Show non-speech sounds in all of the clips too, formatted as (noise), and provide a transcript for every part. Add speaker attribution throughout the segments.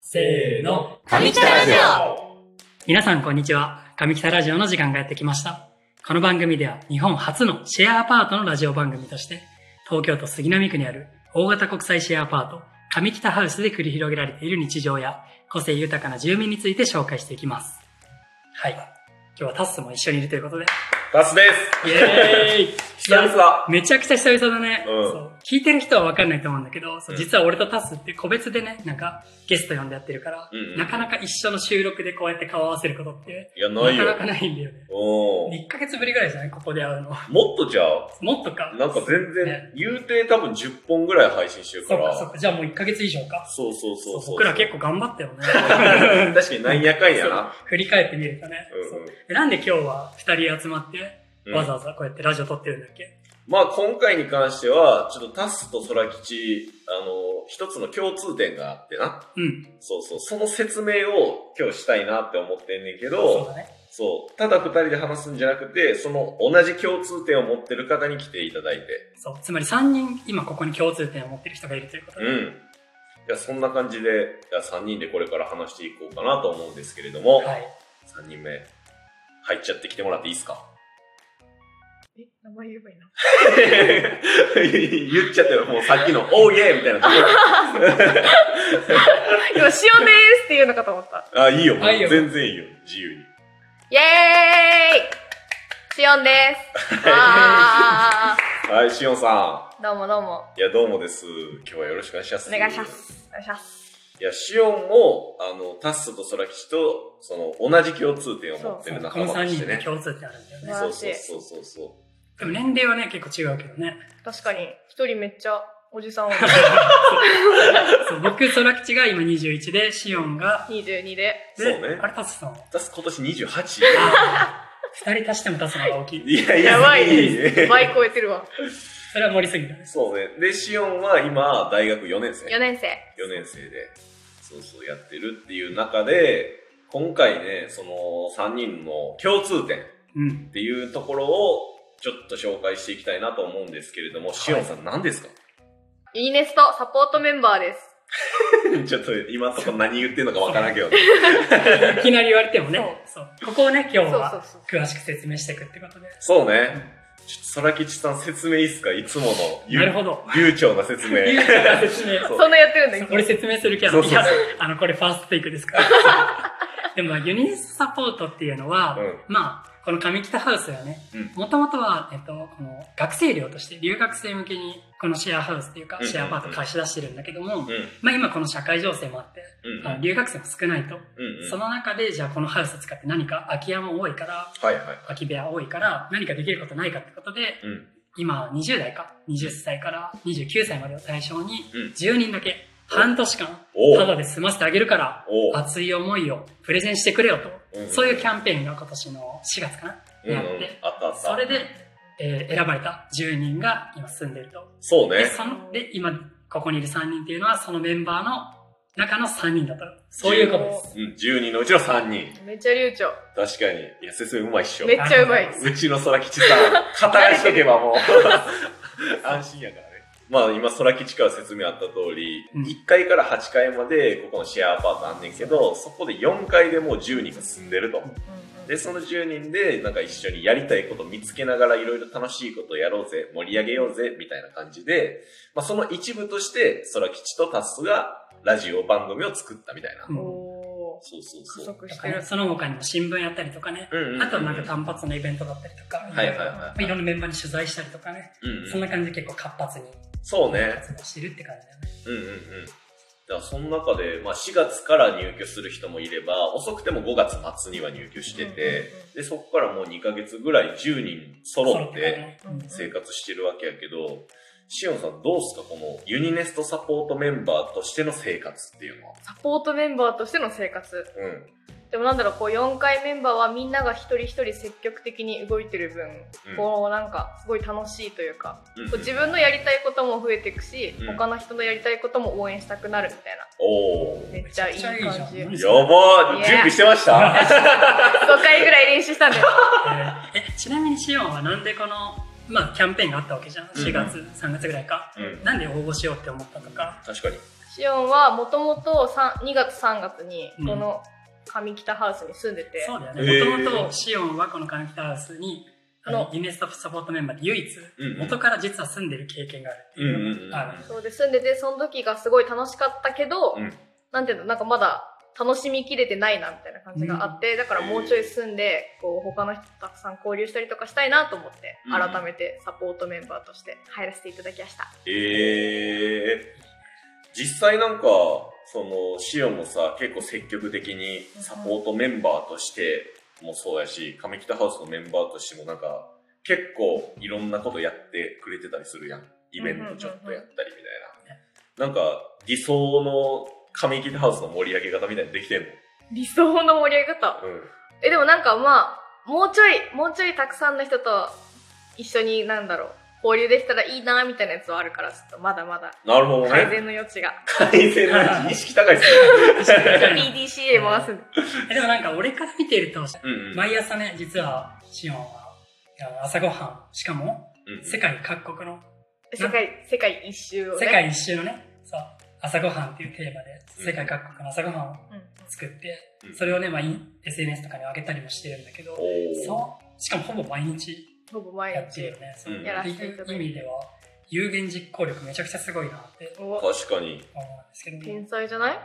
Speaker 1: せーの。
Speaker 2: 上北ラジ
Speaker 3: 皆さんこんにちは。上北ラジオの時間がやってきました。この番組では日本初のシェアアパートのラジオ番組として、東京都杉並区にある大型国際シェアアパート、上北ハウスで繰り広げられている日常や、個性豊かな住民について紹介していきます。はい。今日はタッスも一緒にいるということで。
Speaker 2: ガスです
Speaker 3: イエーイ
Speaker 2: 久々だ
Speaker 3: めちゃくちゃ久々だね、
Speaker 2: うん
Speaker 3: そう聞いてる人は分かんないと思うんだけど、そう
Speaker 2: うん
Speaker 3: 実は俺とタスって個別でねなんかゲスト呼んでやってるから、
Speaker 2: うんうん
Speaker 3: なかなか一緒の収録でこうやって顔合わせることって
Speaker 2: いや、
Speaker 3: な
Speaker 2: ない
Speaker 3: かな
Speaker 2: よ。
Speaker 3: かないんだよね
Speaker 2: うん。
Speaker 3: 1ヶ月ぶりぐらいじゃないここで会うの
Speaker 2: もっとじゃあ、
Speaker 3: もっとか
Speaker 2: なんか全
Speaker 3: ね
Speaker 2: 然、言うて多分10本ぐらい配信してる
Speaker 3: そ
Speaker 2: か。
Speaker 3: っからそっかじゃあもう1ヶ月以上か
Speaker 2: そうそうそうそう。
Speaker 3: 僕ら結構頑張ったよね
Speaker 2: (laughs) 確かになんやかんやな。
Speaker 3: (laughs) 振り返ってみるとね、
Speaker 2: うん
Speaker 3: そう
Speaker 2: うん
Speaker 3: えなんで今日は2人集まって
Speaker 2: うん
Speaker 3: わざわざこうやってラジオ撮ってるんだっけ、
Speaker 2: まあ今回に関しては、ちょっとタスと空吉、あの、一つの共通点があってな。
Speaker 3: うん、
Speaker 2: そうそう。その説明を今日したいなって思ってんねんけ
Speaker 3: そう
Speaker 2: ど、
Speaker 3: だね
Speaker 2: そう。ただ二人で話すんじゃなくて、その同じ共通点を持ってる方に来ていただいて。
Speaker 3: そうつまり3人今ここに共通点を持ってる人がいるということで、
Speaker 2: うん。いや、そんな感じで、いや、3人でこれから話していこうかなと思うんですけれども、
Speaker 3: はい
Speaker 2: 3人目、入っちゃってきてもらっていいです (laughs) か
Speaker 4: え、名前言えばいいの
Speaker 2: 言っちゃってる、もうさっきの、 (laughs) おーイエーみたいなとこ
Speaker 4: (laughs) 今、塩ですって言うのかと思った。
Speaker 2: ろ。あ、いいよ、もう
Speaker 3: あいいよ
Speaker 2: 全然いいよ、自由に。
Speaker 4: イエーイ塩 (laughs) ですわ
Speaker 2: はい、しおんさ
Speaker 4: ーどうもどうも。
Speaker 2: ん。いや、どうもです。今日はよろしくお願いします。
Speaker 4: お願いしま。す。お願いします。
Speaker 2: いや、しおんも、あの、タッスとソラキシと、その、同じ共通点を持って
Speaker 3: そう
Speaker 2: る
Speaker 3: こ
Speaker 2: 仲
Speaker 3: の
Speaker 2: 間
Speaker 3: 3
Speaker 2: として
Speaker 3: 人の
Speaker 2: ね。
Speaker 3: 共通点あるんだよね。
Speaker 4: の
Speaker 2: そ
Speaker 4: 三
Speaker 2: う
Speaker 4: 人
Speaker 2: そうそうそうそう。
Speaker 3: でも年齢はね、結構違うけどね。
Speaker 4: 確かに、一人めっちゃおじさ (laughs) んを
Speaker 3: そう僕、空吉が今21で、シオンが、
Speaker 4: 22で。
Speaker 3: で、
Speaker 2: そうね
Speaker 3: あれ、タスさんは
Speaker 2: タス今年28。
Speaker 3: あー二人足してもタスの方が大きい。
Speaker 2: いや、い
Speaker 4: やばい
Speaker 2: ね
Speaker 4: 倍超えてるわ。
Speaker 3: それは盛りすぎたね。
Speaker 2: そうね。で、シオンは今、大学4年生。
Speaker 4: 4年生。
Speaker 2: 4年生で、そうそうやってるっていう中で、今回ね、その3人の共通点っ
Speaker 3: うん。
Speaker 2: ていうところを、ちょっと紹介していきたいなと思うんですけれども、シオンさん何ですか (laughs)
Speaker 4: イーネストサポートメンバーです。
Speaker 2: ちょっと今のとこ何言ってるのかわからんけ
Speaker 3: (laughs)
Speaker 2: どね。
Speaker 3: いきなり言われてもね。そう。ここをね、今
Speaker 4: そう
Speaker 3: 日
Speaker 4: そう
Speaker 3: は
Speaker 4: そう。
Speaker 3: 詳しく説明していくってことで。
Speaker 2: そうね。ちょっと空吉さん説明いいっすかいつものゆ
Speaker 3: なるほど。
Speaker 2: 流暢
Speaker 3: (laughs)
Speaker 2: な説
Speaker 3: 言
Speaker 2: 明
Speaker 3: う。から説明。
Speaker 2: そう
Speaker 4: そんなやってるんだ
Speaker 3: そう
Speaker 4: よ。
Speaker 3: 俺説明するキャラ。
Speaker 2: そうそうそう
Speaker 3: いや、あの、これファーストテイクです
Speaker 2: (laughs)
Speaker 3: から。でも、ユニースサポートっていうのは、
Speaker 2: うん
Speaker 3: まあ、この上北ハウスはね
Speaker 2: うん、
Speaker 3: もともとは、えっと、この学生寮として、留学生向けに、このシェアハウスっていうか
Speaker 2: う、んうんうん
Speaker 3: シェアアパート貸し出してるんだけども、
Speaker 2: うん。
Speaker 3: まあ今この社会情勢もあって、
Speaker 2: うん。
Speaker 3: あの留学生も少ないと。
Speaker 2: うんうん。
Speaker 3: その中で、じゃあこのハウス使って何か空き家も多いから、
Speaker 2: はいはい。
Speaker 3: 空き部屋多いから、何かできることないかってことで、
Speaker 2: うん
Speaker 3: 今20代か、20歳から29歳までを対象に
Speaker 2: うん、
Speaker 3: 10人だけ、半年間、
Speaker 2: お
Speaker 3: た
Speaker 2: う
Speaker 3: だで済ませてあげるから、
Speaker 2: おう
Speaker 3: 熱い思いをプレゼンしてくれよ
Speaker 2: うんうん
Speaker 3: と、そういうキャンペーンが今年の4月かな。
Speaker 2: うんうん
Speaker 3: やって
Speaker 2: あったあった。
Speaker 3: それで、えー選ばれた10人が今住んでると。
Speaker 2: そう
Speaker 3: で、
Speaker 2: ね。
Speaker 3: その、で、今、ここにいる3人っていうのは、そのメンバーの中の3人だと。そういうことです。
Speaker 2: うん、10人のうちの3人。
Speaker 4: めっちゃ流暢。
Speaker 2: 確かに。いや、説明うまいっしょ。
Speaker 4: めっちゃうまい。
Speaker 2: うちの空吉さん、語らしとけば
Speaker 3: (laughs)
Speaker 2: もう、安心やからね。まあ今、空吉から説明あった通り、
Speaker 3: うん
Speaker 2: 1階から8階まで、ここのシェアアパートあんねんけど、そこで4階でもう10人が住んでると。で、その10人で、なんか一緒にやりたいこと見つけながら、いろいろ楽しいことをやろうぜ、盛り上げようぜ、みたいな感じで、まあその一部として、空吉とタスが、ラジオ番組を作ったみたいな。
Speaker 3: うん
Speaker 4: おー、
Speaker 2: そうそうそ
Speaker 4: 加
Speaker 2: う。
Speaker 4: 速
Speaker 3: だ
Speaker 4: し
Speaker 3: か
Speaker 4: て
Speaker 3: ら
Speaker 4: る。
Speaker 3: その他にも新聞やったりとかね。
Speaker 2: うんうんうんうん
Speaker 3: あとはなんか単発のイベントだったりとか、
Speaker 2: はいはい
Speaker 3: ろろ
Speaker 2: はい
Speaker 3: まあいろんなメンバーに取材したりとかね、
Speaker 2: うんうん
Speaker 3: そんな感じで結構活発に
Speaker 2: そうね。
Speaker 3: 活動してるって感じだよね。
Speaker 2: うんうんうん。だからその中で、まあ、4月から入居する人もいれば、遅くても5月末には入居してて、で、そこからもう2ヶ月ぐらい10人揃って
Speaker 3: ねうん
Speaker 2: 生活してるわけやけど、しおんさんどうすかこのユニネストサポートメンバーとしての生活っていうのは。
Speaker 4: サポートメンバーとしての生活。
Speaker 2: うん。
Speaker 4: でもなんだろう、こう4回メンバーはみんなが一人一人積極的に動いてる分、
Speaker 2: うん
Speaker 4: こうなんかすごい楽しいというか、
Speaker 2: うん
Speaker 4: こう自分のやりたいことも増えていくし、
Speaker 2: うん
Speaker 4: 他の人のやりたいことも応援したくなるみたい
Speaker 2: お
Speaker 4: な。
Speaker 2: ー。
Speaker 4: めっちゃいい感
Speaker 3: めちゃくちゃ
Speaker 4: じ。
Speaker 3: いい
Speaker 4: 5
Speaker 3: じ
Speaker 2: やばー準備してました
Speaker 3: (laughs)
Speaker 4: 回ぐらい練習したんだよ。
Speaker 3: えーえちなみにシオンはなんでこの、まあ、キャンペーンがあったわけじゃん。
Speaker 2: うん
Speaker 3: 4月、3月ぐらいか。
Speaker 2: うん。
Speaker 3: なんで応募しようって思ったとか、
Speaker 2: 確かに。
Speaker 4: シオンはもともと2月3月に
Speaker 3: うん
Speaker 4: この上北ハウスに住んでて、
Speaker 3: そうだよね。も
Speaker 2: えー
Speaker 3: ともとシオンはこの神北ハウスに、あ
Speaker 4: の
Speaker 3: の、ユネストサポートメンバーで唯一、
Speaker 2: うん
Speaker 3: 元から実は住んでる経験があるって
Speaker 2: うん
Speaker 3: いううんの
Speaker 2: うん
Speaker 3: がある。
Speaker 4: そうで住んでてその時がすごい楽しかったけど、
Speaker 2: うん
Speaker 4: なんていうのなんかまだ楽しみきれてないなみたいな感じがあって、だからもうちょい住んでこう他の人とたくさん交流したりとかしたいなと思って
Speaker 2: うん
Speaker 4: 改めてサポートメンバーとして入らせていただきました。
Speaker 2: ええ実際なんか、その、シオンもさ、結構積極的にサポートメンバーとしてもそうやし、上北ハウスのメンバーとしてもなんか、結構いろんなことやってくれてたりするやん。イベントちょっとやったりみたいな。なんか、理想の上北ハウスの盛り上げ方みたいにできてんの
Speaker 4: 理想の盛り上げ方えでもなんかまあもうちょいもうちょいたくさんの人と一緒になんだろう交流できたらいいなみたいなやつはあるからちょっとまだまだ
Speaker 2: なるほど
Speaker 4: 改
Speaker 2: ね。
Speaker 4: 善の余地が
Speaker 2: (laughs) 改善の意識高いっすね。
Speaker 4: PDCA 回すんで
Speaker 3: えでもなんか俺から見てると、
Speaker 2: うんうん。
Speaker 3: 毎朝ね、実はシオンはあの朝ごはん、しかも
Speaker 2: うんうん
Speaker 3: 世界各国の、
Speaker 4: 世界世界一周をね
Speaker 3: 世界一周のね、そう、朝ごはんっていうテーマで、世界各国の朝ごはんを
Speaker 4: うん
Speaker 3: 作って
Speaker 2: う、ん
Speaker 3: それをね、まあ、イン SNS とかに上げたりもしてるんだけど、
Speaker 2: おー。
Speaker 3: そう、しかもほぼ毎日
Speaker 4: ほぼ毎
Speaker 3: やってる
Speaker 4: 日
Speaker 3: よね。
Speaker 2: うん
Speaker 4: やら
Speaker 3: って
Speaker 4: せ
Speaker 3: い
Speaker 4: ていただいうて
Speaker 3: 意味では、有言実行力めちゃくちゃすごいなって
Speaker 4: お
Speaker 2: 確かに。
Speaker 3: 思うんですけど、ね、
Speaker 4: 天才じゃない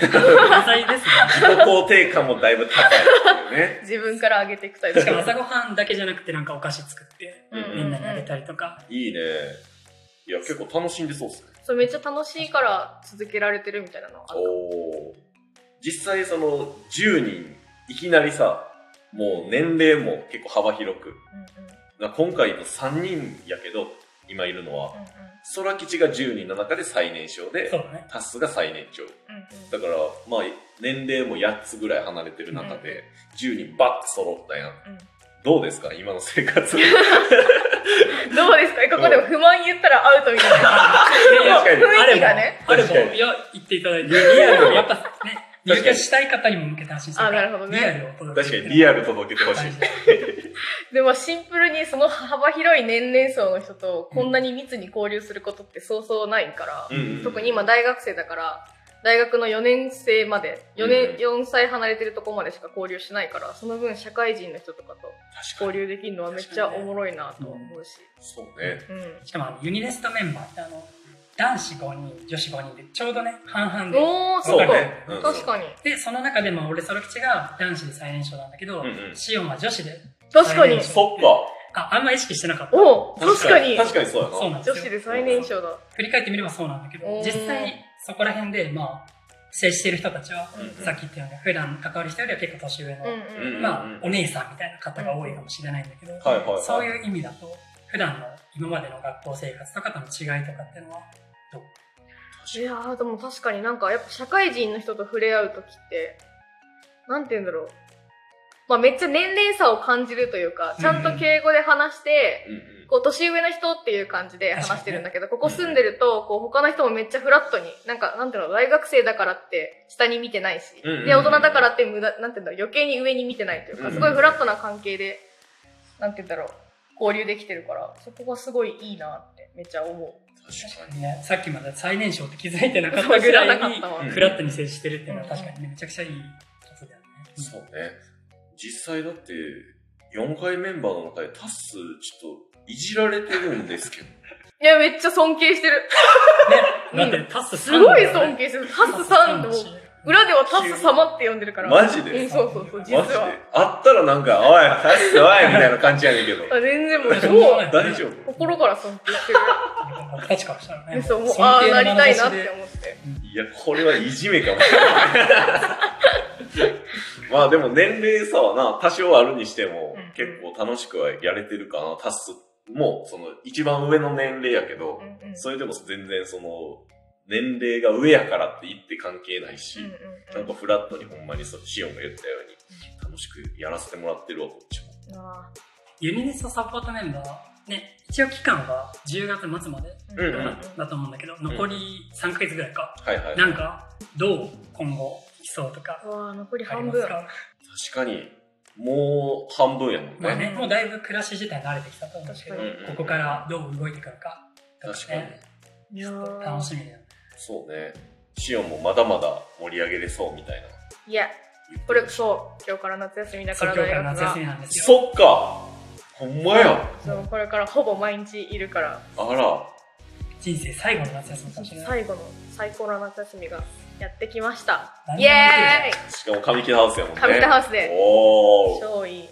Speaker 3: 天才ですね。
Speaker 2: 自己肯定感もだいぶ高いっていうね。
Speaker 4: 自分から上げていくタイプ
Speaker 3: しかも朝ごはんだけじゃなくてなんかお菓子作って、
Speaker 4: うん
Speaker 3: みんなにあげ
Speaker 4: うん
Speaker 3: たりとか、
Speaker 2: いいね。いや、結構楽しんでそうっすね。
Speaker 4: そうめっちゃ楽しいから続けられてるみたいなのはあった
Speaker 2: おー実際その10人、いきなりさ、もう年齢も結構幅広く。
Speaker 4: うんうん
Speaker 2: だから今回の3人やけど、今いるのは、空吉が10人の中で最年少で
Speaker 3: そ、うだね。
Speaker 2: タスが最年長。
Speaker 4: うんうん
Speaker 2: だから、まあ、年齢も8つぐらい離れてる中で、10人バッて揃ったやん。
Speaker 4: うん
Speaker 2: どうですか今の生活。 (laughs)
Speaker 4: うんどうですかえここでも不満言ったらアウトみたいな
Speaker 2: 確かに
Speaker 4: 雰囲気がね
Speaker 3: あれも、
Speaker 2: 確かに
Speaker 3: いや、言っていただいて、リアルをやっぱね、入居したい方にも向けて発信してるから
Speaker 4: あなるほどね
Speaker 3: リアルを届
Speaker 2: 確かにリ
Speaker 3: ア
Speaker 2: アル届けてほしい。
Speaker 4: でもシンプルにその幅広い年齢層の人とこんなに密に交流することってそうそうないから、
Speaker 2: うんうん
Speaker 4: 特に今大学生だから大学の4年生まで4
Speaker 2: うんうん
Speaker 4: 年、四4歳離れてるとこまでしか交流しないからその分社会人の人とかと
Speaker 2: 確か
Speaker 4: 交
Speaker 2: に。
Speaker 4: 流できるのはめっちゃおもろいなと思うし、
Speaker 2: そうね。
Speaker 4: う
Speaker 3: しかもあの、ユニレストメンバーってあの、男子5人、女子5人でちょうどね、半
Speaker 4: ん、
Speaker 3: 々
Speaker 4: おー
Speaker 3: そ
Speaker 4: そうう
Speaker 3: だ
Speaker 4: か、
Speaker 3: ね
Speaker 2: うん
Speaker 4: 確かに
Speaker 3: で。で、その中でも俺、ソロ吉が男子で最年少なんだけど、
Speaker 2: うんうん
Speaker 3: シオンは女子で。
Speaker 4: 確かに
Speaker 3: 最年少
Speaker 2: そっか。
Speaker 3: あ、あんま意識してなかった。
Speaker 4: おー確かに
Speaker 2: 確かにそうやな。
Speaker 3: そうなんです
Speaker 4: 女
Speaker 3: よ。
Speaker 4: 子で最年少だ
Speaker 3: 振り返ってみればそうなんだけど
Speaker 4: うん
Speaker 3: 実際そこら辺でまあ接してる人たちは、
Speaker 2: うん
Speaker 3: さっき言ったように普段関わる人よりは結構年上の、
Speaker 4: うんうん
Speaker 2: うん
Speaker 3: まあ、お姉さんみたいな方が多いかもしれないんだけど、
Speaker 2: はいはいはい
Speaker 3: そういう意味だと普段の今までの学校生活とかとの違いとかっていうのは、
Speaker 4: いやーでも確かになんかやっぱ社会人の人と触れ合う時ってなんて言うんだろうまあめっちゃ年齢差を感じるというかちゃんと敬語で話して、
Speaker 2: うんうん
Speaker 4: こう年上の人っていう感じで話してるんだけど、ここ
Speaker 2: ね
Speaker 4: 住んでるとこう他の人もめっちゃフラットになんかなんていうの大学生だからって下に見てないし、
Speaker 2: うんうんうん
Speaker 4: で大人だからって無駄なんていうんだろう余計に上に見てないという
Speaker 2: うん
Speaker 4: か、
Speaker 2: うん
Speaker 4: すごいフラットな関係でなんて言うんだろう交流できてるからそこがすごいいいなってめっちゃ思う。
Speaker 2: 確
Speaker 3: 確
Speaker 2: か
Speaker 3: かにねさっきまで最年少って気づいてなかった
Speaker 4: そ (laughs)
Speaker 3: ぐ
Speaker 4: 知
Speaker 3: ら
Speaker 4: ら
Speaker 3: い
Speaker 4: なかっ
Speaker 3: に
Speaker 4: たわ。
Speaker 2: うん
Speaker 3: フラットに接してるっていうのは確かにねめちゃくちゃいいことだよね。
Speaker 2: に。そうね。実際だって、4回メンバーの中でタッス、ちょっと、いじられてるんですけど。
Speaker 4: いや、めっちゃ尊敬してる。うん
Speaker 3: ね、だってタス
Speaker 4: すごい尊
Speaker 3: 尊
Speaker 4: 敬してる。タスさんってもう、裏ではタス様って呼んでるから。
Speaker 2: マジ
Speaker 4: う
Speaker 2: で
Speaker 4: ん、そうそうそう、
Speaker 2: マジ
Speaker 4: 実
Speaker 2: で
Speaker 4: は。
Speaker 2: あったらなんか、おい、タッス、おいみたいな感じやねんけ
Speaker 4: (laughs)
Speaker 2: ど。
Speaker 4: あ全然もう、
Speaker 3: そんなこと
Speaker 4: 超
Speaker 3: ない
Speaker 2: 大丈夫
Speaker 4: 心から尊敬してる。
Speaker 3: たちからしたらね。
Speaker 4: でそう、もう
Speaker 3: 尊、敬の
Speaker 4: ああ、な
Speaker 3: 眼
Speaker 4: り
Speaker 3: 差
Speaker 4: たい
Speaker 3: し
Speaker 4: なっ
Speaker 3: で
Speaker 4: て思って。
Speaker 2: いや、これはいじめかもしれない。 (laughs) まあでも年齢差はな、多少あるにしても
Speaker 4: うん、
Speaker 2: 結構楽しくはやれてるかな。タッスも、その、一番上の年齢やけど、
Speaker 4: うんうん
Speaker 2: それでも全然その、年齢が上やからって言って関係ないし、
Speaker 4: うんうん
Speaker 2: なんかフラットにほんまにそうシオンが言ったように、楽しくやらせてもらってるわ、こっちも。
Speaker 4: うんあ
Speaker 3: ユニネストサポートメンバー、ね、一応期間は10月末まで
Speaker 4: ー
Speaker 2: うんうん
Speaker 3: だと思うんだけど、残り3ヶ月ぐらいか。
Speaker 2: はいはい。
Speaker 3: なんか、どう今後いきそうとか、
Speaker 4: うわー残り
Speaker 3: あり
Speaker 4: 半
Speaker 3: ます
Speaker 4: 分。
Speaker 3: か
Speaker 2: 確かに、もう半分やもんね。
Speaker 3: まあね、もうだいぶ暮らし自体慣れてきたと思うんですけど、
Speaker 4: 確
Speaker 2: かに
Speaker 3: ここからどう動いてくるかと
Speaker 2: 確
Speaker 3: か
Speaker 2: かに。
Speaker 3: ね、
Speaker 4: いやー
Speaker 3: 楽しみだよね。
Speaker 2: そうね。シオンもまだまだ盛り上げれそうみたいな。
Speaker 4: いや、
Speaker 2: 言って
Speaker 4: これ
Speaker 2: る
Speaker 4: そう、今日から夏休みだか
Speaker 3: そう
Speaker 4: ら
Speaker 3: 今日から
Speaker 4: 大学
Speaker 3: 夏
Speaker 4: が
Speaker 3: 休。みなんですよ。
Speaker 2: そっかほんまや
Speaker 4: そう、これからほぼ毎日いるから、
Speaker 2: あら、
Speaker 3: 人生最後の夏休みかもしれない。
Speaker 4: 最後の最高の夏休みがやってきました。
Speaker 3: 何
Speaker 4: イ
Speaker 3: でも
Speaker 4: エ
Speaker 2: しかも神木ハウスやもん
Speaker 4: ーイ
Speaker 2: ね。
Speaker 4: カミタハウスで。
Speaker 2: おー。
Speaker 4: 超いい。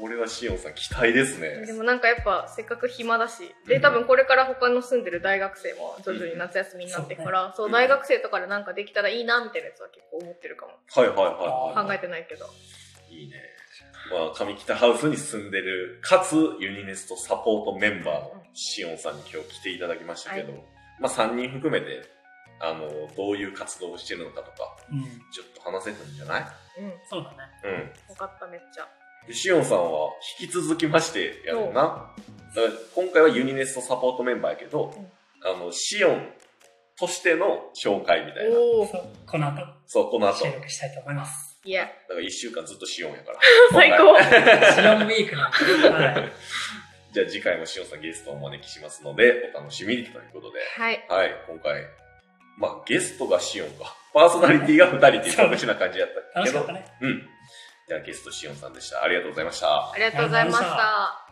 Speaker 2: これはシオンさん期待ですね。
Speaker 4: でもなんかやっぱせっかく暇だし、
Speaker 2: う
Speaker 4: で
Speaker 2: ん
Speaker 4: 多分これから他の住んでる大学生も徐々に夏休みになってから、そう
Speaker 2: うん
Speaker 4: 大学生とかでなんかできたらいいなみたいなやつは結構思ってるかも。
Speaker 2: はいはいはいはい。
Speaker 4: 考えてないけど。
Speaker 2: いいね。まあ、上北ハウスに住んでる、かつユニネストサポートメンバーのシオンさんに今日来ていただきましたけど、
Speaker 4: は
Speaker 2: まあ3人含めて、あの、どういう活動をしてるのかとか、
Speaker 3: うん。
Speaker 2: ちょっと話せたんじゃない
Speaker 4: うん。よ
Speaker 3: そうだね。
Speaker 2: うん
Speaker 4: かっためっちゃ。
Speaker 2: で。シオンさんは引き続きましてやるな。だから今回はユニネストサポートメンバーやけど、あの、シオンとしての紹介みたいな。
Speaker 4: お
Speaker 3: そうこの後、
Speaker 2: そう、この後。
Speaker 3: 収
Speaker 2: だか
Speaker 3: 録したいと思います。
Speaker 4: いや、。
Speaker 2: ら1週間ずっとシオンやから
Speaker 4: (laughs) 最
Speaker 2: 今
Speaker 4: 高
Speaker 3: (laughs) シ
Speaker 2: 回。
Speaker 3: オンウィークなんで、はい、
Speaker 2: じゃあ次回もしおさんゲストをお招きしますので、お楽しみにということで。
Speaker 4: はい。
Speaker 2: はい、今回、まあゲストがしおんか。パーソナリティが2人っていう特殊な感じやった
Speaker 3: 楽し
Speaker 2: け
Speaker 3: か
Speaker 2: ど
Speaker 3: った。ね。
Speaker 2: うん。ではゲストしおんさんでした。ありがとうございました。
Speaker 4: ありがとうございまし
Speaker 3: ありがとうございま
Speaker 4: た。